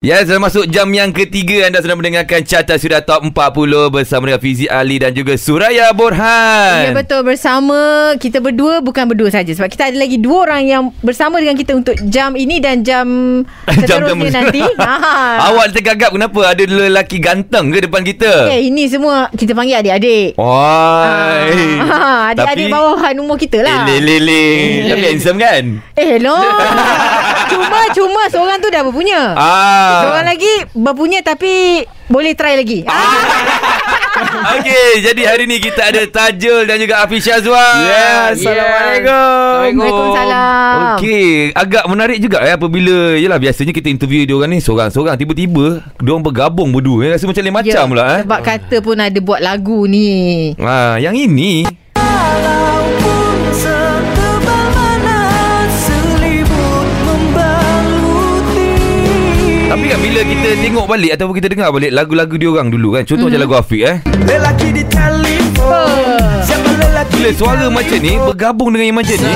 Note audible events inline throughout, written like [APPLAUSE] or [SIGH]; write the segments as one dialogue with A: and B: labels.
A: Ya, selamat masuk jam yang ketiga Anda sedang mendengarkan Carta Sudah Top 40 Bersama dengan Fizi Ali dan juga Suraya Borhan
B: Ya
A: [LAUGHS]
B: betul bersama kita berdua bukan berdua saja sebab kita ada lagi dua orang yang bersama dengan kita untuk jam ini dan
A: [LAUGHS]
B: jam seterusnya
A: Jam- [LAUGHS]
B: nanti. Ha.
A: Awak tergagap kenapa? Ada lelaki ganteng ke depan kita?
B: Okay, ini semua kita panggil adik-adik.
A: Wah
B: Ya, Ah, adik-adik bawahan umur kita lah.
A: Lele
B: [LAUGHS]
A: lele Tapi handsome kan?
B: Eh,
A: [LAUGHS]
B: hello. cuma cuma seorang tu dah berpunya.
A: Ah.
B: Seorang lagi berpunya tapi boleh try lagi. Ah.
A: [LAUGHS] Okey, jadi hari ni kita ada Tajul dan juga Afi Syazwan.
C: Ya, Assalamualaikum.
B: Waalaikumsalam.
A: Okey, agak menarik juga eh apabila yalah biasanya kita interview dia orang ni seorang-seorang tiba-tiba dia orang bergabung berdua. Eh, rasa macam lain macam pula eh.
B: Ya, Ah, Sebab kata pun ada buat lagu ni.
A: Ha, yang ini
D: Walaupun sekebal mana selimut membaluti
A: tapi kan bila kita tengok balik ataupun kita dengar balik lagu-lagu dia orang dulu kan. Contoh mm-hmm.
B: Mhm.
A: macam lagu Afiq eh.
D: Lelaki di telefon Siapa lelaki
A: Bila
D: di
A: suara macam ni
D: telefon?
A: bergabung dengan yang macam ni.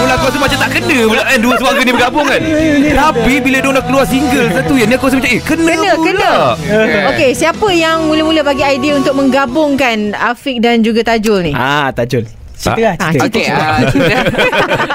A: Mula aku rasa macam tak kena pula kan Dua suara ni bergabung kan Tapi bila dia nak keluar single Satu yang ni aku rasa macam Eh kena,
B: Kena,
A: pula
B: kena. Okey, siapa yang mula-mula bagi idea untuk menggabungkan Afiq dan juga Tajul ni?
C: Ah, Tajul. Cerita lah,
B: Ah, cerita.
C: cerita.
E: Okey,
C: Okay.
E: uh, cerita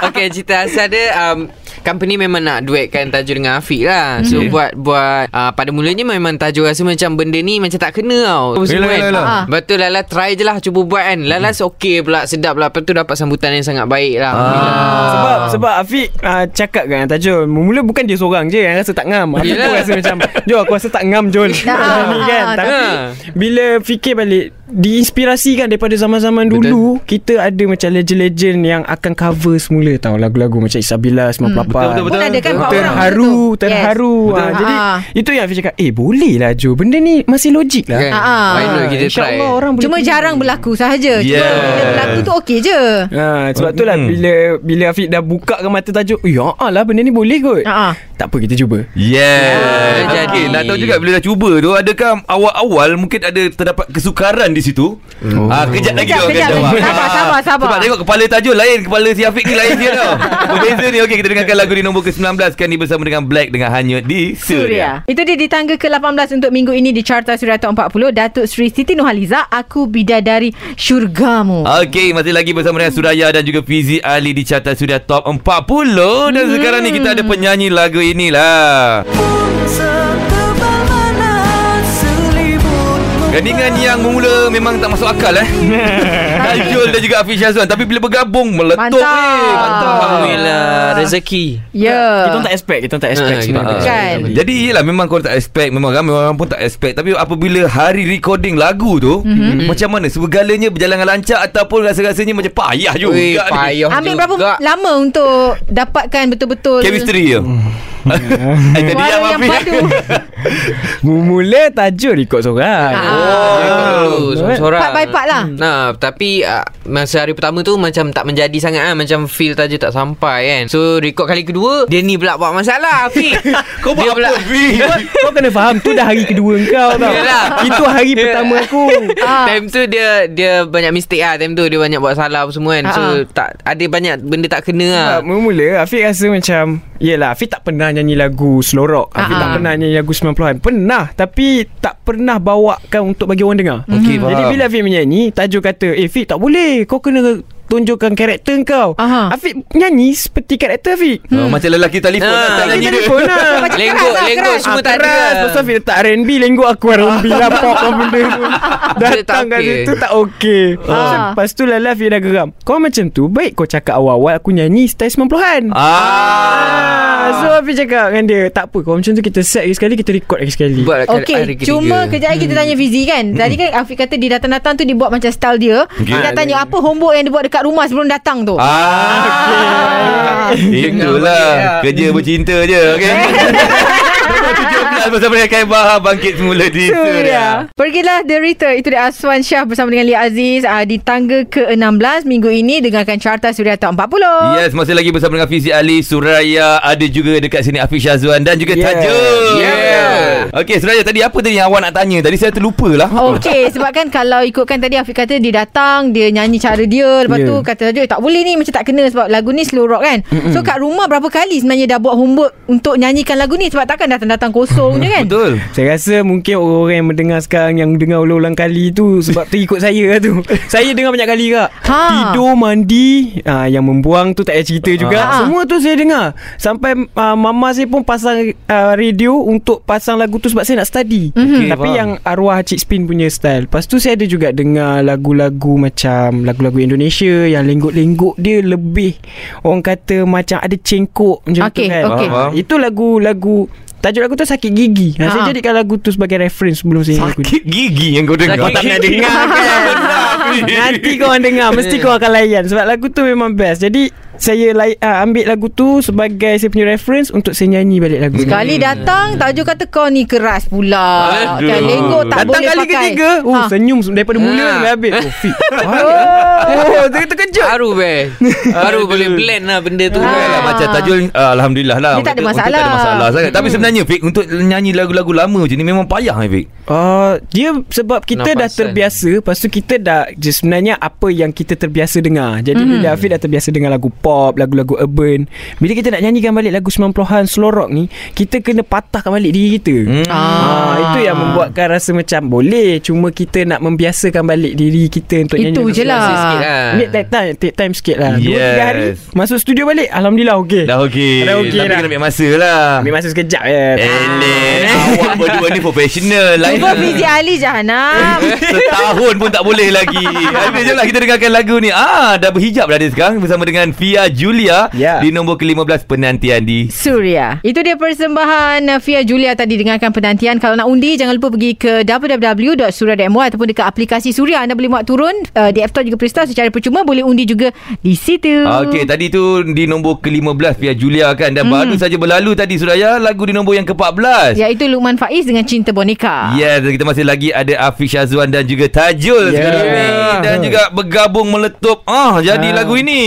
E: Okey, cerita asal dia um, company memang nak duetkan Tajul dengan Afiq lah. So
A: Mhm.
E: buat buat uh, pada mulanya memang Tajul rasa macam benda ni macam tak kena tau. Apa semua
A: Yelah,
E: kan.
A: yelah,
B: yelah.
E: Lepas tu Lala try je lah cuba buat kan. Lala hmm. okey pula, sedap lah. Lepas tu dapat sambutan yang sangat baik lah.
A: Ah.
C: Sebab sebab Afiq uh, cakap kan Tajul Mula bukan dia seorang je yang rasa tak ngam Afiq pun
E: Yelah.
C: rasa macam Jom aku rasa tak ngam Jol
B: Dah.
C: Ni kan
B: Ah,
C: Tapi
E: tapi-
C: bila fikir balik Diinspirasikan daripada zaman-zaman dulu Kita ada macam legend-legend yang akan cover semula tau Lagu-lagu macam Isabella 98
A: Betul, betul, betul.
B: Pun ada kan buat orang
C: Terharu
B: macam tu.
C: Terharu
B: Yes.
C: yes. ha,
B: Betul.
C: Jadi
B: Ah.
C: Itu yang Afiq cakap Eh boleh lah Jo Benda ni masih logik lah
E: Kan?
B: Ah, ah.
E: Why not kita try.
C: InsyaAllah orang boleh
B: Cuma
C: pilih.
B: jarang berlaku sahaja. Cuma
A: Yeah.
B: bila berlaku tu okey je.
C: Ha, sebab tu lah
A: Mm.
C: bila bila Afiq dah buka ke mata tajuk, ya ah lah benda ni boleh kot.
B: Ha ah.
C: Tak apa kita cuba.
A: Yeah.
E: Ah,
A: Okey,
E: jadi.
A: nak tahu juga bila dah cuba tu adakah awal-awal mungkin ada terdapat kesukaran di situ? Oh. Ah, kejap lagi
B: Kejap,
A: orang akan
B: kejap
A: jawab.
B: lagi. Sabar,
A: Ah.
B: sabar, sabar.
A: Sebab tengok kepala Tajul lain, kepala si Afiq ni lain dia
B: [LAUGHS]
A: tau. Berbeza ni. Okey, kita dengarkan lagu di nombor ke-19 kan ni bersama dengan Black dengan Hanyut di Suria.
B: Suria. Itu dia di tangga ke-18 untuk minggu ini di Carta Suria Top 40 Datuk Seri Siti Nurhaliza Aku Bidadari Syurgamu.
C: Ah.
A: Okey, masih lagi bersama dengan Suraya dan juga Fizi Ali di carta Suria Top 40 dan
B: Hmm.
A: sekarang ni kita ada penyanyi lagu inilah.
D: Pun sekebal mana selimut
A: Gandingan yang mula memang tak masuk akal
C: [LAUGHS]
A: eh. Tajul dan juga Afiq Syazwan tapi bila bergabung meletup
B: Mantap.
A: eh.
E: Alhamdulillah, rezeki.
B: Ya.
C: Kita orang tak expect, kita orang tak expect
E: Ah,
C: semua.
E: kita-
B: Kan?
A: Ah, Jadi yelah memang korang tak expect Memang ramai orang pun tak expect Tapi apabila hari recording lagu tu mm-hmm. Macam mana Segalanya berjalan dengan lancar Ataupun rasa-rasanya macam payah juga ni.
E: Weh, payah
B: Ambil
E: juga.
B: berapa lama untuk dapatkan betul-betul
A: Chemistry
C: [LAUGHS]
A: je Eh, Tadi
B: Suara
A: yang
B: yang
A: Afiq
B: padu.
C: Mula tajuk record seorang.
E: Ah. Oh, seorang-seorang.
B: Part by part lah.
E: Hmm. Nah, tapi uh, masa hari pertama tu macam tak menjadi sangat ah, macam feel tajuk tak sampai kan. So record kali kedua, dia ni pula buat masalah Afiq.
A: [LAUGHS] Kau buat
E: Dia
A: apa Afiq?
C: Kau, kau kena faham tu dah hari kedua kau tau.
E: Yelah.
C: Itu hari
E: Yelah.
C: pertama aku.
B: Ah.
E: [LAUGHS] Time tu dia dia banyak mistake ah time tu dia banyak buat salah apa semua kan. So
B: Ah, ah.
E: tak ada banyak benda tak kena ah.
C: Sebab mula-mula Afiq rasa macam Yelah Afiq tak pernah nyanyi lagu slow rock Afiq
B: Ah,
C: tak
B: ah.
C: pernah nyanyi lagu 90-an Pernah Tapi tak pernah bawakan untuk bagi orang dengar
A: Okey,
C: Jadi
A: faham.
C: bila Afiq menyanyi Tajul kata Eh Afiq tak boleh Kau kena tunjukkan karakter kau
B: Aha.
C: Afiq nyanyi seperti karakter Afiq
A: Ah, Macam lelaki telefon
E: Ah,
A: lah, tak
E: lelaki
A: nyanyi
C: Dia
A: dia.
C: telefon lah
B: Macam
E: Lenggok,
B: keras lah,
E: lenggok
B: keras.
E: [LAUGHS] semua
C: Ah,
E: tak ada.
C: keras. Lepas tu Afiq letak R&B Lenggok aku R&B lah Pop lah benda tu [LAUGHS] Datang
E: tak
C: kat
E: okey.
C: situ tak okey
B: Ah.
C: Lepas tu Lala Afiq dah geram Kau macam tu Baik kau cakap awal-awal Aku nyanyi style 90-an
A: Ah.
C: Ah, so Afiq cakap dengan dia Tak apa kalau macam tu kita set lagi sekali Kita record lagi sekali
E: Buat kat
B: Okey, cuma kejap lagi kita tanya Fizi kan. Tadi kan Afiq kata dia datang-datang tu dia buat macam style dia. Kita tanya apa homework yang dia buat dekat rumah sebelum datang tu.
A: lah. [LAUGHS] Ah, okay. Itulah kerja bercinta je, okey. Nombor 17 Kekal bersama dengan Kai Bahar Bangkit semula di Suria
B: Suria. Pergilah Derita. Itu dia Aswan Syah bersama dengan Lia Aziz uh, di tangga ke-16 minggu ini dengarkan carta Suria Top 40.
A: Yes, masih lagi bersama dengan Fizi Ali, Suraya, ada juga dekat sini Afiq Syazwan dan juga yeah.
C: Yeah.
A: Tajul.
E: Yeah.
A: Okey, Suraya tadi apa tadi yang awak nak tanya? Tadi saya terlupa lah.
B: Okey sebab kan kalau ikutkan tadi Afiq kata dia datang dia nyanyi cara dia lepas yeah.
C: Ya.
B: tu kata saja tak boleh ni macam tak kena sebab lagu ni slow rock kan. Mm-mm. So kat rumah berapa kali sebenarnya dah buat homework untuk nyanyikan lagu ni sebab takkan datang-datang kosong je kan.
A: Betul.
C: Saya rasa mungkin orang-orang yang mendengar sekarang Yang dengar ulang-ulang kali tu Sebab terikut saya lah tu Saya dengar banyak kali kak
B: Ha.
C: Tidur, mandi ha, Yang membuang tu tak payah cerita juga
B: Ha.
C: Semua tu saya dengar Sampai uh, mama saya pun pasang uh, radio Untuk pasang lagu tu sebab saya nak study
A: Mhm.
C: Tapi
A: Okey,
C: yang arwah Cik Spin punya style Lepas tu saya ada juga dengar lagu-lagu macam Lagu-lagu Indonesia Yang lenggok-lenggok dia lebih Orang kata macam ada cengkok macam
B: Okey,
C: tu kan
B: okey.
A: Faham, faham.
C: Itu lagu-lagu Tajuk lagu tu Sakit Gigi ha. Saya
B: Ha.
C: jadikan lagu tu sebagai reference Sebelum saya nyanyi lagu ni.
A: Sakit gigi yang kau dengar.
E: Sakit
A: Tak pernah
E: gigi.
A: dengar kan?
C: Nanti korang dengar Mesti korang akan layan Sebab lagu tu memang best Jadi saya lay- uh, ambil lagu tu Sebagai saya punya reference Untuk saya nyanyi balik lagu ni.
B: Sekali datang Tajuk kata kau ni keras pula.
A: Aduh.
B: Kan lenggok tak
C: Datang
B: boleh
C: kali
B: pakai.
C: ketiga oh,
B: Ha.
C: Senyum daripada mula
E: Ha.
C: sampai habis Oh
B: [LAUGHS]
C: fit
E: Oh, dia terkejut. Baru be. Baru boleh blend lah benda tu.
A: Bukan lah
B: Ah.
A: macam Tajul ah, Alhamdulillah lah
B: Dia tak ada
A: Untuk- untuk Tak ada
B: masalah. Hmm.
A: masalah sangat Tapi sebenarnya Fik Untuk nyanyi lagu-lagu lama macam ni Memang payah eh Fik
C: Uh, dia sebab kita dah
E: Nafasan.
C: terbiasa Lepas tu kita dah je Sebenarnya apa yang kita terbiasa dengar Jadi
B: Mhm.
C: mm-hmm. bila Afiq dah terbiasa dengar lagu pop Lagu-lagu urban Bila kita nak nyanyikan balik lagu 90-an Slow rock ni Kita kena patahkan balik diri kita
A: Hmm.
C: mm. ah. Itu yang membuatkan rasa macam Boleh Cuma kita nak membiasakan balik diri kita Untuk nyanyi
B: Itu
C: lagu
B: je lah.
E: Rasa sikit lah.
C: Ambil take time, take time sikit lah Dua
A: Yes.
C: tiga hari Masuk studio balik Alhamdulillah okey
A: Dah okey
C: Dah okey
A: Tapi
C: dah.
A: kena ambil masa lah
C: Ambil masa Ah. sekejap je
A: Eh. Eleh Awak berdua ni profesional Lain
B: Cuba Fizi Ali je Hanam.
A: Setahun pun tak boleh lagi Habis je lah kita dengarkan lagu ni Ah, Dah berhijab dah dia sekarang Bersama dengan Fia Julia
C: Ya.
A: Di nombor ke-15 penantian di
B: Suria. Itu dia persembahan uh, Fia Julia tadi dengarkan penantian. Kalau nak undi jangan lupa pergi ke www.suria.my ataupun dekat aplikasi Suria anda boleh muat turun uh, di App Store juga Play Store secara percuma boleh undi juga di situ.
A: Okey, tadi tu di nombor ke-15 Fia Julia kan
B: Hmm.
A: Dan baru saja berlalu tadi Suraya Lagu di nombor yang ke-14
B: Iaitu Lukman Faiz dengan Cinta Boneka.
A: Yes, Ya, dan kita masih lagi ada Afiq Syazwan dan juga Tajul yeah.
C: Yeah.
A: sekarang ni dan
C: Yeah.
A: juga bergabung meletup ah jadi
C: Ah.
A: lagu ini.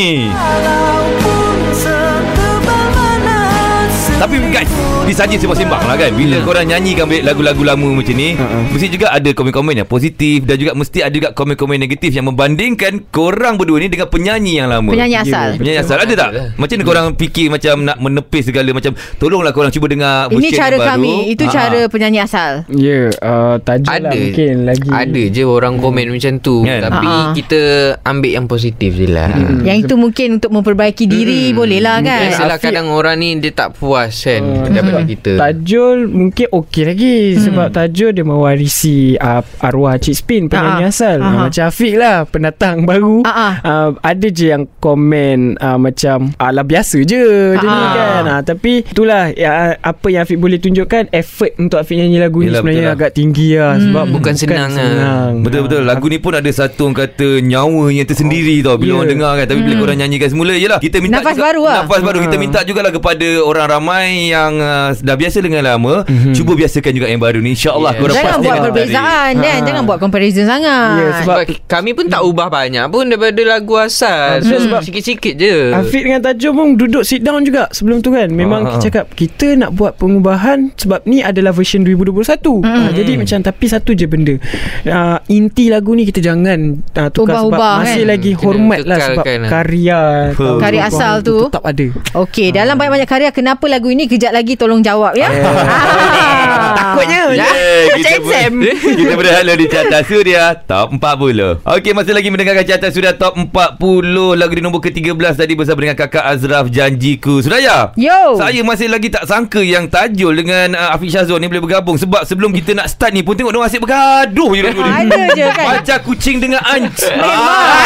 A: Tapi guys, ni saja sembang-sembang lah kan Bila korang nyanyikan balik lagu-lagu lama macam ni
C: Ha-ha.
A: Mesti juga ada komen-komen yang positif Dan juga mesti ada juga komen-komen negatif Yang membandingkan korang berdua ni dengan penyanyi yang lama
B: Penyanyi asal.
A: Penyanyi asal ada tak? Macam mana korang fikir macam nak menepis segala macam Tolonglah korang cuba dengar
B: Ini
A: version yang
B: cara
A: baru. Ah,
B: kami. Itu
A: Ha-ha.
B: cara penyanyi asal.
C: Ya, yeah, uh, tajuk lah
E: Ada
C: mungkin lagi.
E: Ada je orang komen macam tu
A: Kan?
E: Tapi
B: Ha-ha.
E: kita ambil yang positif je lah
C: Hmm.
B: Yang itu mungkin untuk memperbaiki diri boleh lah kan.
E: Biasalah kadang orang ni Dia tak puas kan
C: Oh,
E: Daripada kita
C: Tajul mungkin okey lagi hmm. sebab Tajul dia mewarisi uh, arwah Cik Spin
B: Ah,
C: penyanyi
B: ah.
C: asal.
B: Ah, ah.
C: Uh, macam Afiq lah pendatang baru.
B: Ah, ah.
C: Uh, ada je yang komen uh, macam alah biasa je macam ni
B: Ah, ah.
C: kan. Uh, tapi itulah ya, apa yang Afiq boleh tunjukkan effort untuk Afiq nyanyi lagu ni
A: Yelah, betul
C: sebenarnya
A: lah.
C: agak tinggi lah sebab
B: Hmm.
E: Bukan senang lah.
A: Betul-betul Lagu ni pun ada satu orang kata Nyawa yang tersendiri tau Bila yeah.
C: Ya.
A: orang dengar kan Tapi bila korang nyanyikan semula Yelah kita minta
B: Oh. Hmm. Nafas
A: juga,
B: baru lah.
A: Nafas baru Kita minta jugalah kepada Orang ramai yang uh, Dah biasa dengan lama mm-hmm. Cuba biasakan juga yang baru ni InsyaAllah
E: Yeah.
A: korang
B: Hmm. Jangan
A: pasti
B: buat
A: akan
B: perbezaan kan.
C: Ha.
B: Jangan buat comparison sangat.
C: Ya, sebab
E: sebab kami pun tak ubah banyak pun daripada lagu asal. So sebab sikit-sikit je.
C: Afiq dengan Tajul pun duduk sit down juga sebelum tu kan.
A: Ah.
C: Memang kita cakap kita nak buat pengubahan sebab ni adalah version 2021. Mm. Ha, jadi macam tapi satu je benda. Uh, inti lagu ni kita jangan uh,
B: Ubah-ubah,
C: tukar sebab masih
E: kan?
C: lagi
E: Kena
C: hormat lah sebab
E: kekalkan lah.
C: karya
A: Betul.
C: tahun
B: Karya
C: 2020
B: asal tu.
C: tetap ada.
B: Okey, dalam banyak-banyak karya kenapa lagu ini kejap lagi tolong jawab ya. Ah.
C: Takutnya.
A: Yeah, Ya,
B: [LAUGHS]
A: kita, exam. [LAUGHS] kita berhala di Carta Suria Top 40 Okey masih lagi mendengarkan Carta Suria Top 40 Lagu di nombor ke-13 tadi Bersama dengan kakak Azraf Janjiku ya? Suraya
B: Yo.
A: Saya masih lagi tak sangka Yang Tajul dengan uh, Afiq Syazwan ni Boleh bergabung Sebab sebelum kita nak start ni pun Tengok diorang asyik bergaduh je dulu ni.
B: Ada je kan.
A: Macam kucing dengan anj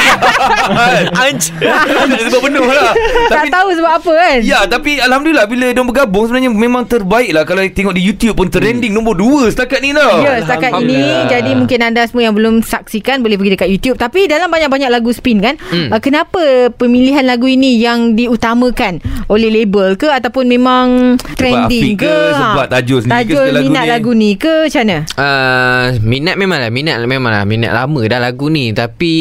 A: [LAUGHS] Anj Nak sebut penuh lah
B: tak
A: Tapi
B: tahu sebab apa kan.
A: Ya tapi Alhamdulillah Bila diorang bergabung Sebenarnya memang terbaik lah Kalau tengok di YouTube pun Trending trending nombor 2 setakat ni tau.
B: Ya setakat ini
E: Alhamdulillah.
B: Jadi mungkin anda semua yang belum saksikan Boleh pergi dekat YouTube Tapi dalam banyak-banyak lagu spin kan hmm.
E: Hmm.
B: uh, Kenapa pemilihan lagu ini Yang diutamakan oleh label ke Ataupun memang trending Ha,
A: Afiq ke, sebab Tajul sendiri ke
B: Tajul
A: suka lagu
B: minat
A: ni?
B: lagu ni ke Macam mana?
E: Uh, minat memang lah Minat memang lah Minat lama dah lagu ni Tapi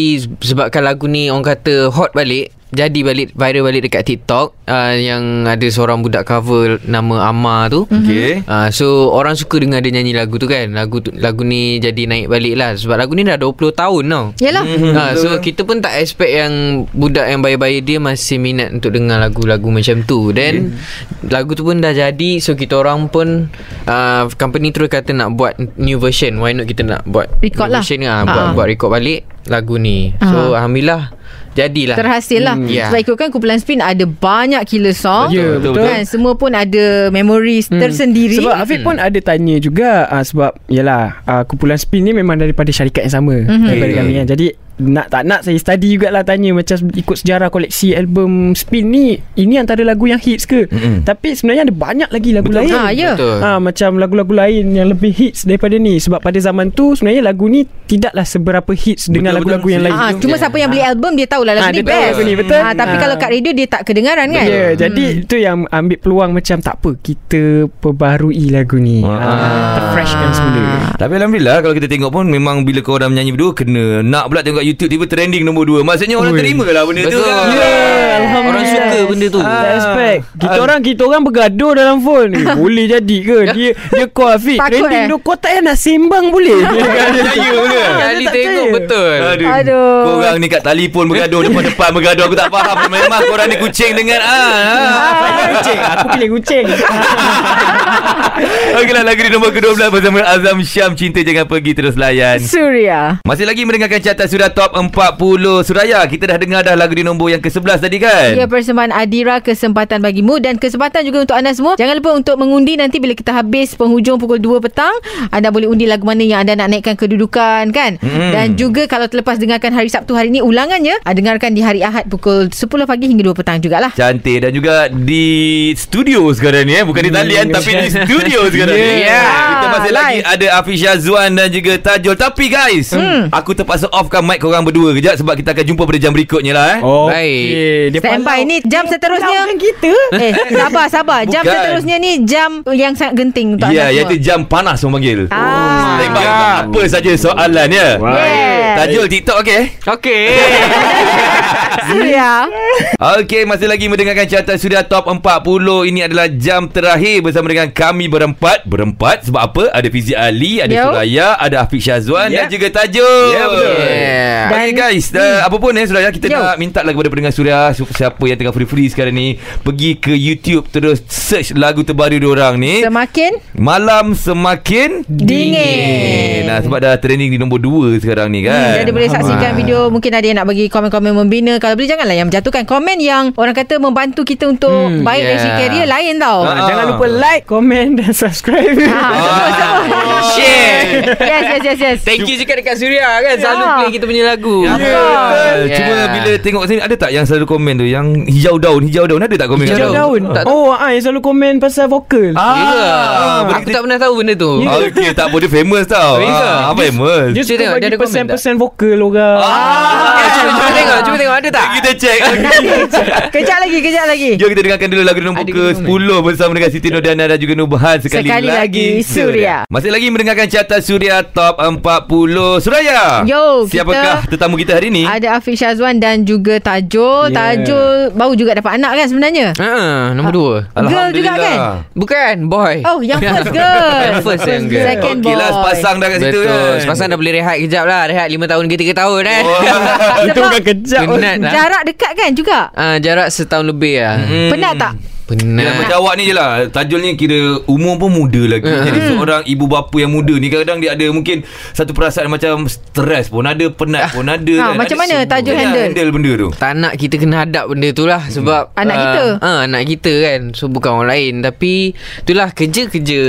E: Sebabkan lagu ni Orang kata hot balik Jadi balik Viral balik dekat TikTok uh, Yang ada seorang budak cover Nama Amar tu
A: Okey.
B: Hmm.
E: Uh, so orang suka dengar dia nyanyi lagu tu kan Lagu tu, lagu ni jadi naik balik lah Sebab lagu ni dah 20 tahun tau
B: Yalah
A: Hmm,
E: Ha,
A: betul.
E: so kita pun tak expect yang budak yang bayi-bayi dia masih minat untuk dengar lagu-lagu macam tu.
A: Hmm.
E: Then yeah. lagu tu pun dah jadi so kita orang pun uh, company terus kata nak buat new version. Why not kita nak buat
B: Record
E: new
B: lah.
E: version ah ha, buat
B: Ha.
E: buat record balik lagu ni. So alhamdulillah jadilah.
B: Terhasil lah
E: Hmm, ya.
B: Sebab ikutkan kumpulan spin Ada banyak killer song
C: Ya,
A: betul,
C: betul.
B: Kan semua pun ada Memories hmm. tersendiri
C: Sebab Afiq pun ada tanya juga uh, Sebab Yalah uh, Kumpulan Spin ni memang daripada syarikat yang sama mm-hmm. Daripada
A: Okay.
C: kami kan Jadi nak tak nak saya study jugalah tanya Macam ikut sejarah koleksi album Spin ni Ini antara lagu yang hits ke
A: Mm-mm.
C: mm-hmm. Tapi sebenarnya ada banyak lagi lagu
A: Mhm. Betul.
C: lain
B: ha, ya.
E: Betul.
A: Ah,
C: Ha, macam lagu-lagu lain yang lebih hits daripada ni sebab pada zaman tu sebenarnya lagu ni tidaklah seberapa hits dengan
A: Betul,
C: lagu-lagu
A: betul.
C: yang lain.
B: Ah,
A: ya.
B: cuma siapa yang beli album dia tahulah lagu
C: Ah,
B: ni
C: dia tahu
B: best.
C: lagu ni, betul.
B: Ah, tapi
C: Ah.
B: kalau kat radio dia tak kedengaran
A: Ah,
B: kan?
C: Ya, jadi
A: Hmm.
C: itu yang ambil peluang macam tak apa kita perbarui lagu ni.
A: Ah.
C: Ah, terfreshkan semula.
A: Tapi Alhamdulillah kalau kita tengok pun memang bila korang menyanyi berdua kena nak pula tengok YouTube tiba trending nombor 2. Maksudnya orang
C: Ui.
A: terima lah benda tu
E: Betul.
A: kan.
E: Orang suka benda tu.
C: Tak
A: Ah.
C: expect Kita
A: Ah.
C: orang Kita orang bergaduh dalam phone eh, Boleh jadi ke
E: [LAUGHS]
C: Dia dia call Afiq
B: Takut, eh?
C: Trending tu Kau tak payah nak sembang boleh [LAUGHS] Dia kata,
A: Percaya benda.
E: Kali
C: tak
E: tengok
C: percaya.
E: betul.
A: Aduh.
B: Aduh.
A: Korang ni kat telefon bergaduh
C: [LAUGHS]
A: depan-depan bergaduh aku tak faham. Memang korang ni kucing dengan
B: [LAUGHS]
A: ah. ah.
C: "Ah, pilih kucing Aku pilih kucing
A: Okeylah lagu di nombor ke-12 bersama Azam Syam Cinta Jangan Pergi Terus Layan.
B: Suria.
A: Masih lagi mendengarkan carta sudah top 40 Suraya. Kita dah dengar dah lagu di nombor yang ke-11 tadi kan?
B: Ya persembahan Adira kesempatan bagimu dan kesempatan juga untuk anda semua. Jangan lupa untuk mengundi nanti bila kita habis penghujung pukul 2 petang, anda boleh undi lagu mana yang anda nak naikkan kedudukan kan.
A: Hmm.
B: Dan juga kalau terlepas dengarkan hari Sabtu hari ini ulangannya, ah, dengarkan di hari Ahad pukul 10 pagi hingga 2 petang jugalah.
A: Cantik dan juga di studio sekarang ni eh bukan di talian
C: Hmm,
A: tapi di
C: macam-
A: studio
C: [LAUGHS]
A: sekarang ni.
C: Yeah.
A: Yeah. Kita masih
B: Live.
A: lagi ada Afiq Syazwan dan juga Tajul. Tapi guys,
B: Hmm.
A: aku terpaksa offkan mic korang berdua kejap sebab kita akan jumpa pada jam berikutnya lah eh.
C: [LAUGHS] Oh
E: Baik.
C: Dia
A: Ya,
B: Stand by ni jam seterusnya
C: Lawan kita
B: Eh sabar sabar Jam
A: Bukan.
B: seterusnya ni Jam yang sangat genting Untuk
A: Ya, yeah,
B: anda semua
A: iaitu jam panas orang panggil. Oh,
B: Ah.
A: Stand by untuk apa saja soalan ya.
B: Yeah.
A: Tajul TikTok okey? [LAUGHS]
E: Okey.
B: Suria
A: Okey, masih lagi mendengarkan carta sudah top 40. Ini adalah jam terakhir bersama dengan kami berempat. Berempat sebab apa? Ada Fizi Ali, ada
B: Yo. Ya.
A: Suraya, ada Afiq Syazwan
C: Yep.
A: dan juga Tajul.
C: Yeah, betul.
E: Yeah.
A: Dan okay, guys, uh, apa pun eh Suraya kita
B: Yo.
A: nak minta lah kepada pendengar Suraya su- siapa yang tengah free-free sekarang ni pergi ke YouTube terus search lagu terbaru diorang ni.
B: Semakin
A: Malam semakin
B: Dingin.
A: Eh, Nah sebab dah trending di nombor 2 sekarang ni kan.
B: Jadi Hmm, boleh saksikan
A: Ah.
B: video Mungkin ada yang nak bagi komen-komen membina Kalau boleh janganlah yang menjatuhkan Komen yang orang kata membantu kita untuk
C: Hmm,
B: Baik yeah.
E: yeah.
B: dari career lain tau
A: Ah, ah.
C: Jangan lupa like Comment dan subscribe [LAUGHS]
A: Ah.
E: Share.
B: Yes yes yes yes
E: Thank you juga dekat Suria kan Selalu
B: Ya.
E: play kita punya lagu
A: Ya, betul. Cuma bila tengok sini ada tak yang selalu komen tu yang hijau daun, hijau daun ada tak komen kat
E: Hijau
C: Hijau
A: atas?
C: daun
E: Tak-
C: Oh ah, yang selalu komen pasal vokal
A: Ah,
E: Ya.
A: berarti
E: Aku tak pernah tahu benda tu
B: Ya.
A: Ah, Okey, tak boleh famous tau.
E: Ya.
A: Ah, apa famous?
C: Dia
E: Cik
C: suka
E: tengok, dia
C: bagi
E: ada komen tak?
C: persen-persen vokal orang
E: Ah, cuba, cuba tengok, cuba tengok ada tak?
A: Kita check. Okey.
B: [LAUGHS] Kejap lagi kejap lagi
A: Jom kita dengarkan dulu lagu nombor
E: Ada
A: ke-10 bersama dengan Siti Nodiana dan juga Nubahan sekali,
B: Sekali lagi, Suria.
A: Masih lagi mendengarkan carta Suria Top 40 Suraya.
B: Yo,
A: Siapakah
B: kita-
A: tetamu kita hari ni?
B: Ada Afiq Syazwan dan juga Tajul
C: Yeah.
B: Tajul baru juga dapat anak kan sebenarnya
E: Ah, nombor dua.
B: Girl juga kan?
E: Bukan, boy.
B: Oh
E: [LAUGHS]
B: yang first girl
E: Yang first yang girl.
B: Second
A: Okey
B: boy
A: lah sepasang dah kat situ
E: Betul.
A: kan.
E: Sepasang dah boleh rehat kejap lah. Rehat 5 tahun ke 3 tahun eh. [LAUGHS]
A: Oh.
C: Itu kan
B: Sebab- Oh,
C: bukan kejap
E: Penat lah.
B: Jarak dekat kan juga
E: Ah, jarak setahun lebih lah.
A: Hmm.
B: Penat tak?
E: Penat.
A: Yalah, macam awak ni je lah Tajul ni kira Umur pun muda lagi
E: Eh,
A: Jadi seorang ibu bapa yang muda ni Kadang-kadang dia ada mungkin Satu perasaan macam Stres pun ada Penat pun ada kan?
B: Ah, macam
A: Ada
B: mana
A: semua.
B: Tajul
A: Dia
B: handle?
A: handle benda tu
E: tak nak kita kena hadap benda tu lah sebab
B: Hmm. Anak
E: ah,
B: kita.
E: ah, anak kita kan so bukan orang lain tapi itulah kerja-kerja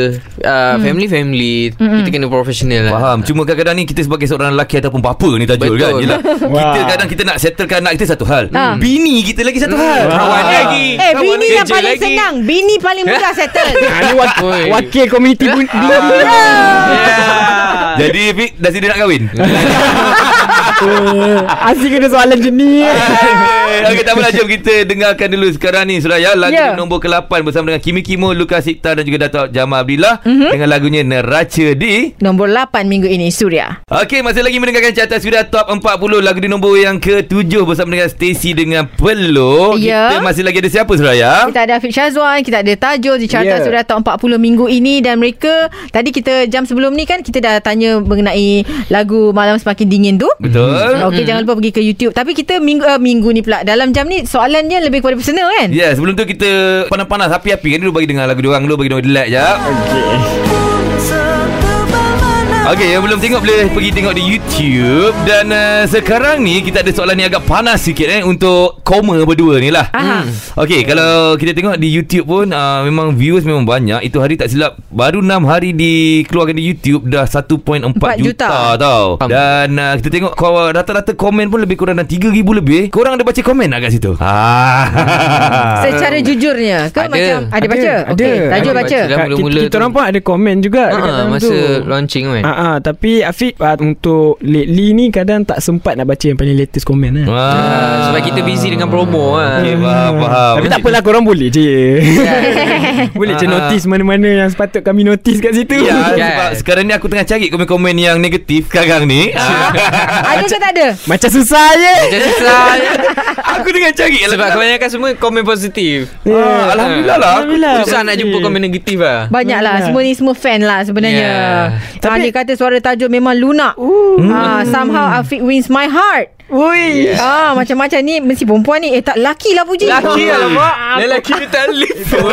E: uh,
B: Hmm.
E: family-family kita kena profesional lah
A: Faham Cuma kadang-kadang ni Kita sebagai seorang lelaki Ataupun bapa ni Tajul
E: Betul.
A: kan
E: [LAUGHS]
A: Yelah Kita kadang kita nak settlekan anak kita satu hal
B: Ah.
A: Bini kita lagi satu hal
E: Hmm. Kawan lagi
B: Eh bini yang paling Ini senang Bini paling mudah settle
E: Ah,
C: Ha, ni wak-
E: [LAUGHS] Oi.
C: wakil komuniti
E: [LAUGHS]
C: bun- bini. [LAUGHS]
A: Ah. Jadi Fik dah sini nak kahwin.
E: [LAUGHS]
C: Eh, Asyik kena soalan jenis [LAUGHS]
A: Okey tak apalah jom kita dengarkan dulu sekarang ni Suraya lagu yeah.
B: Ya.
A: nombor ke-8 bersama dengan Kimi Kimo, Luka Sikta dan juga Dato' Jamal Abdillah
B: Mhm.
A: mm-hmm. dengan lagunya Neraca di.
B: Nombor 8 minggu ini Surya
A: Okey masih lagi mendengarkan carta sudah top 40 lagu di nombor yang ke-7 bersama dengan Stacy dengan Pelo. Kita
B: Ya.
A: masih lagi ada siapa Suraya?
B: Kita ada Afiq Syazwan Kita ada Tajul Di carta yeah.
C: Ya.
B: Surya Top 40 minggu ini Dan mereka Tadi kita jam sebelum ni kan Kita dah tanya mengenai Lagu Malam Semakin Dingin tu
A: Betul.
B: Okey jangan lupa pergi ke YouTube Tapi kita minggu uh, minggu ni pula Dalam jam ni Soalannya lebih kepada personal kan
A: Ya, yeah, sebelum tu kita panas-panas api-api kan dulu bagi dengar lagu diorang dulu bagi diorang relax jap. Okey, yang belum tengok boleh pergi tengok di YouTube dan uh, sekarang ni kita ada soalan ni agak panas sikit eh untuk koma berdua ni lah.
B: Aha.
A: Okey, kalau kita tengok di YouTube pun uh, memang viewers memang banyak. Itu hari tak silap baru 6 hari dikeluarkan di YouTube dah 1.4 juta,
B: Empat juta.
A: juta tau.
E: Faham.
A: Dan uh, kita tengok kau rata-rata komen pun lebih kurang dah 3000 lebih. Korang ada baca komen tak kat situ? Ah.
B: Secara jujurnya ke
E: Ada.
B: macam ada,
C: Ada,
B: baca?
C: ada.
B: Okey, Tajul
E: Ada
B: baca.
E: baca. Dah
C: Kat-
E: mula-mula
C: kita, kita
E: tu.
C: orang pun ada komen juga dekat
E: Ha,
C: dalam
E: masa
C: tu.
E: launching kan.
C: Ah, ah, tapi Afiq ah, untuk lately ni kadang tak sempat nak baca yang paling latest komen eh.
E: Ah, sebab kita busy dengan promo ah.
A: Okay, faham, faham.
C: Tapi tak apalah korang boleh je. boleh je
A: Ah.
C: notice mana-mana yang sepatut kami notice kat situ. [LAUGHS]
A: Ya,
B: kan.
E: Yes.
A: sebab sekarang ni aku tengah cari komen-komen yang negatif sekarang ni. Ah.
B: [LAUGHS] Ada ke tak ada?
C: Macam susah je.
E: Macam susah
A: Ah, aku tengah cari. lah.
E: Sebab kebanyakan semua komen positif
A: Ah, Alhamdulillah lah. Aku
C: Ya, Alhamdulillah.
E: Susah nak jumpa komen negatif lah
B: Banyak lah
C: Banyak.
B: Semua ni semua fan lah sebenarnya
E: Yeah.
B: yeah. Tapi, ha, Dia kata suara Tajul memang lunak ha, Somehow Afiq wins my heart
C: Ui.
B: Ah Macam-macam ni Mesti perempuan ni Eh tak lelaki lah puji Ah,
E: Lelaki alamak Lelaki dia telefon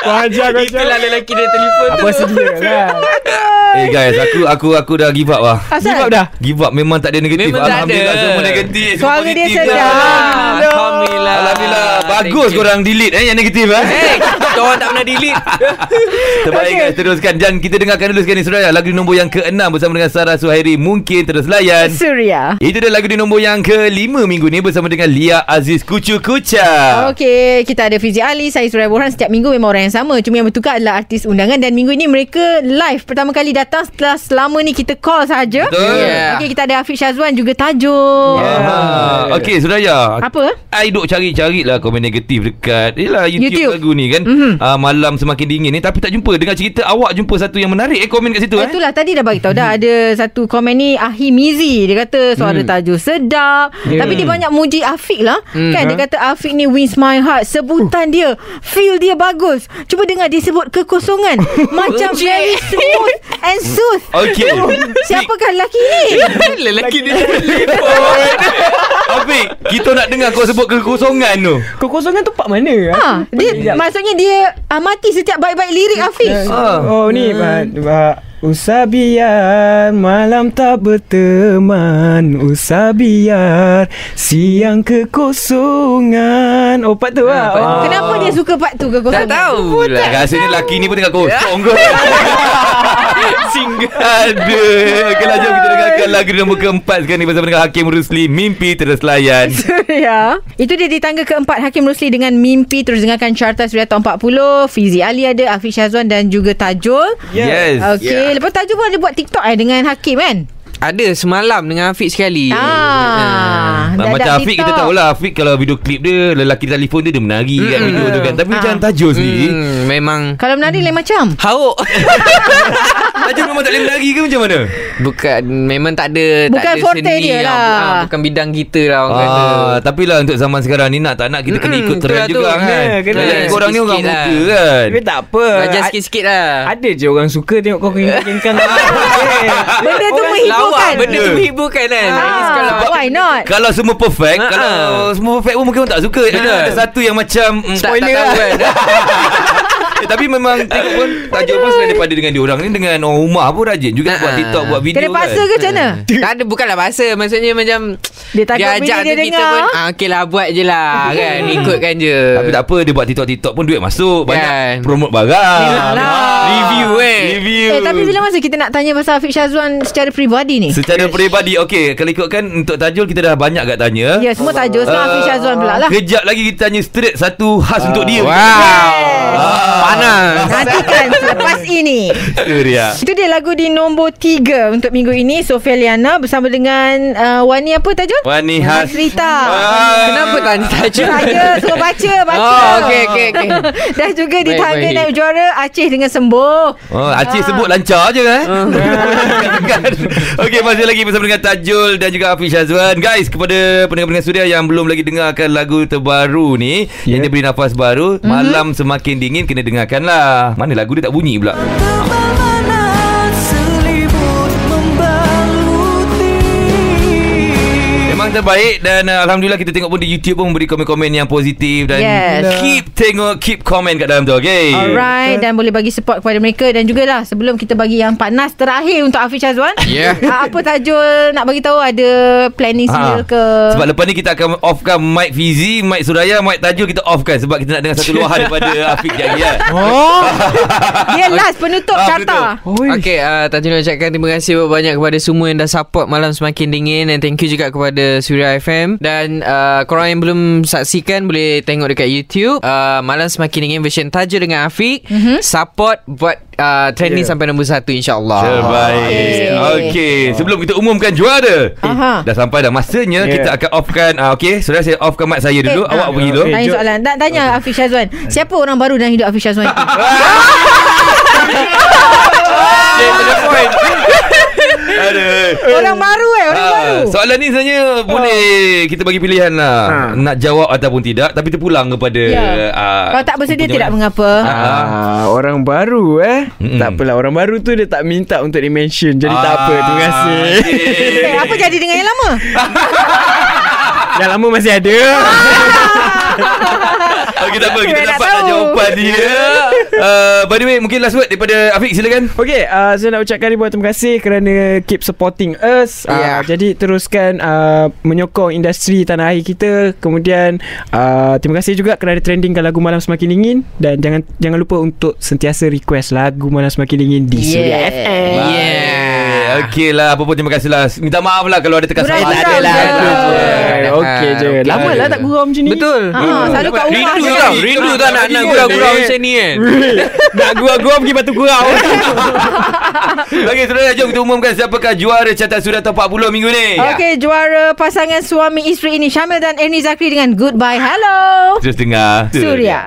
C: Wajar wajar.
E: Itulah lelaki dia telefon
C: Apa
E: tu
C: rasa dia
E: [LAUGHS]
C: lah.
A: Eh guys, aku aku aku dah give up lah.
B: Asal?
C: Give up dah.
A: Give up memang tak ada negatif.
E: Memang tak
A: Alhamdulillah
E: ada.
A: semua negatif. semua
B: Suara dia
A: positif
B: sedap.
A: lah.
E: Alhamdulillah
A: Alhamdulillah. Bagus
E: Thank you.
A: korang delete eh yang negatif eh.
E: Hey Kita orang tak pernah delete
A: Terbaik guys teruskan dan kita dengarkan dulu sekali Suraya lagu di nombor yang ke-6 bersama dengan Sarah Suhairi mungkin terus layan.
B: Surya
A: Itu dia lagu di nombor yang ke-5 minggu ni bersama dengan Lia Aziz Kucu Kucha.
B: Okey, kita ada Fizi Ali, saya Surya Borhan setiap minggu memang orang yang sama. Cuma yang bertukar adalah artis undangan dan minggu ini mereka live pertama kali datang setelah selama ni kita call saja.
A: Betul.
E: Yeah.
B: Okey, kita ada Afiq Syazwan juga Tajul.
A: Ah, Okey Suraya.
B: Apa?
A: I duk cari-cari lah komen negatif dekat Yelah YouTube,
B: YouTube.
A: YouTube. lagu ni kan mm-hmm. uh, Malam semakin dingin ni Tapi tak jumpa Dengar cerita awak jumpa satu yang menarik eh Komen kat situ
B: Itu
A: eh
B: Itulah tadi dah bagi tahu dah ada satu komen ni Ahi Mizi dia kata suara Tajul sedap yeah. tapi dia banyak muji Afiq lah mm, kan dia kata Afiq ni wins my heart sebutan dia feel dia bagus cuba dengar dia sebut kekosongan macam very smooth and sooth
A: [LAUGHS] Okey.
B: siapakah lelaki ni
E: [LAUGHS] Lelaki dia telefon
A: Afiq Kita nak dengar kau sebut kekosongan tu
C: Kekosongan tu part mana? ya?
B: ha dia maksudnya dia amati setiap baik-baik lirik Afiq
A: Ah.
C: Oh ni ba, ba, Usabiar malam tak berteman Usabiar siang kekosongan Oh part tu lah
E: part
C: oh.
E: tu.
B: Kenapa dia suka part tu
E: Tak
B: kekosongan?
E: tahu lah
A: Rasanya lelaki ni pun tengah kosong [LAUGHS] kot Single Aduh Okey lah jom kita dengarkan lagu nombor keempat sekarang ni Bersama dengan Hakim Rusli Mimpi Terus Layan
B: ya. Itu dia di tangga keempat Hakim Rusli dengan mimpi terus dengarkan carta Suria Tahun 40. Fizi Ali ada, Afiq Syazwan dan juga Tajul.
A: Yes
B: Okey, yeah. lepas Tajul pun ada buat TikTok eh dengan Hakim kan?
E: Ada semalam dengan Afiq sekali Ah.
B: Ah,
A: Nah,
B: dah-
A: macam
B: dah
A: Afiq kita lah.
B: TikTok.
A: tahulah Afiq kalau video klip dia Lelaki telefon dia Dia menari mm. kat video tu kan Tapi
B: Ah.
A: macam Tajul sendiri
E: Hmm, Memang
B: Kalau menari lain macam.
E: Hauk
A: Tajul Ah, memang tak boleh menari ke macam mana?
E: [LAUGHS] Bukan Memang tak ada
B: Bukan
E: tak ada
B: forte
E: seni
B: dia
E: ah,
B: lah.
E: bu- ah, Bukan bidang kita lah orang kata
A: Ah, tapi lah untuk zaman sekarang ni Nak tak nak kita kena
E: Mm-mm,
A: ikut trend juga
E: tu lah tu.
A: kan
C: Ya, kena.
A: Lagi korang ni orang
E: Sikit-sikit
A: muda
E: lah.
A: kan
C: Tapi tak apa
E: Belajar
C: A-
E: sikit-sikit lah
C: Ada je orang suka tengok kau kengkang
B: Benda tu
C: Orang
B: menghiburkan.
E: Lawak Benda tu
A: Ya.
E: menghiburkan kan At least kalau
B: Ah, why not?
A: Kalau semua perfect
E: Ah,
A: Kalau
E: ah. kan.
B: lah.
A: semua perfect pun mungkin orang tak suka Ada, ada satu yang macam mm,
E: tak, tak tahu kan
A: [LAUGHS] eh, Tapi memang Tengok pun Tajuk pun selain daripada Dengan diorang ni Dengan orang rumah pun rajin Juga buat
E: Ah.
A: TikTok Buat video
B: Kena paksa
A: kan
B: ke macam mana?
E: [LAUGHS] Tak ada Bukanlah bahasa Maksudnya macam
B: Dia takut bini dia
E: tu
B: dengar.
E: ah, Okay lah buat je
B: [LAUGHS]
E: lah Kan Ikutkan je
A: Tapi tak apa Dia buat TikTok-Tiktok pun Duit masuk
E: Kan.
A: Banyak promote barang Ah,
E: Yalah. Review, eh.
A: Review
B: Eh, tapi bila masa kita nak tanya pasal Afiq Syazwan secara peribadi ni?
A: Secara peribadi Okey Kalau ikutkan Untuk Tajul kita dah banyak kat tanya
B: Ya, semua tajuk. Sekarang Afiq
A: Ah,
B: Syazwan pula lah.
A: Kejap lagi kita tanya straight Satu khas untuk dia
E: Wow
A: Ah.
E: Panas
B: Nantikan selepas ini.
A: [LAUGHS] Itu dia
B: Itu dia lagu di nombor 3 untuk minggu ini. Sofia Liana bersama dengan uh, Wani apa tajuk?
A: Wani Has
B: Hasrita.
A: Ah.
E: Kenapa tanya tajuk
B: Saya suruh baca, baca.
E: Oh okay okay, okay.
B: [LAUGHS] Dan juga
E: Baik,
B: ditanda
E: baik.
B: naib juara Aceh dengan Sembuh.
A: Oh, Aceh
B: Ah.
A: sebut lancar je eh. [LAUGHS] Kan? Okey, masih lagi bersama dengan Tajul dan juga Afiq Syazwan. Guys, kepada pendengar-pendengar suria yang belum lagi dengarkan lagu terbaru ni, yeah.
B: Ya.
A: yang dia beri nafas
B: Mhm.
A: baru, mm-hmm. malam semakin dingin kena dengarkanlah. Mana lagu dia tak bunyi pula.
B: Hmm.
A: Memang terbaik dan uh, alhamdulillah kita tengok pun di YouTube pun memberi komen-komen yang positif dan
B: Yes.
A: keep tengok, keep komen kat dalam tu. Okey.
B: Alright Dan boleh bagi support kepada mereka Dan jugalah Sebelum kita bagi yang panas Terakhir untuk Afiq Syazwan
E: Yeah.
B: Ah, [LAUGHS] Apa tajul Nak bagi tahu Ada planning
A: Ah,
B: sendiri ke
A: Sebab lepas ni kita akan offkan Mike Fizi, Mike Suraya, Mike Tajul kita offkan sebab kita nak dengar satu
B: [LAUGHS]
A: luahan daripada Afiq Jagi kan.
C: Oh
B: Dia last penutup
A: Ah,
B: carta
E: Okay uh, Tajul nak ucapkan Terima kasih banyak Kepada semua yang dah support Malam Semakin Dingin Dan thank you juga Kepada Suria FM Dan uh, korang yang belum Saksikan Boleh tengok dekat YouTube uh, Malam Semakin Dingin Version Tajul dengan Afiq mm-hmm. Support Buat uh, trending yeah. Sampai nombor satu InsyaAllah
A: Terbaik
B: Ah. Okey.
A: Okey Sebelum kita umumkan juara
B: Aha. Ya.
A: Dah sampai dah masanya
C: Yeah.
A: Kita akan offkan uh, Okey Saudara saya offkan mic saya dulu
B: Eh,
A: Awak
B: ah.
A: pergi dulu
C: Eh,
B: Tanya
C: jom.
B: soalan Nak tanya Afiq Syazwan Siapa orang baru dalam hidup Afiq Syazwan
A: [LAUGHS]
B: itu?
A: Straight to the
B: [LAUGHS]
A: point Aduh
B: Orang baru eh Orang
A: Ah,
B: baru
A: soalan ni
B: Oh.
A: sebenarnya boleh kita bagi pilihan lah
C: Ah.
A: nak jawab ataupun tidak tapi terpulang kepada
B: Ya.
A: ah,
B: Kalau tak bersedia
A: punya
B: Tidak
A: orang.
B: mengapa
C: Ah, orang baru eh
A: Mm-mm. Ah,
C: Tak apalah Orang baru tu dia tak minta Untuk di mention Jadi tak apa Terima kasih
A: okey.
B: Eh, apa jadi dengan yang lama?
C: [LAUGHS] Dah lama masih ada
A: Okey tak apa kita
B: Saya nak
A: dapat dah
B: tahu.
A: jawapan
B: [LAUGHS]
A: dia. Uh, by the way mungkin last word daripada Afiq silakan.
C: Okay uh, Saya nak ucapkan ribuan terima kasih Kerana keep supporting us
E: Yeah.
C: uh, Jadi teruskan uh, Menyokong industri tanah air kita Kemudian uh, Terima kasih juga Kerana trendingkan lagu Malam Semakin Dingin Dan jangan jangan lupa untuk Sentiasa request lagu Malam Semakin Dingin Di yeah. Suria
B: Yeah.
C: FM
A: Yeah. Okey lah apa pun terima kasih lah. Minta maaf lah kalau ada tekan
B: Gurau,
A: salah.
B: gurau
A: Ada lah.
B: je.
A: ada je.
C: Yeah. Okay je
E: Okey
C: Lama lah
A: je.
C: tak gurau macam ni
E: Betul
A: Ah,
B: Ha, selalu kat rumah
E: Rindu
B: je
E: tau
B: kan?
E: Rindu tau nak nak gurau-gurau macam ni kan
C: Nak gurau-gurau pergi batu gurau
A: [LAUGHS] Okey saudara jom kita umumkan siapakah juara carta surat top 40 minggu ni.
B: Okey, juara pasangan suami isteri ini Syamil dan Ernie Zakri dengan Goodbye Hello
A: Terus dengar.
B: Suria.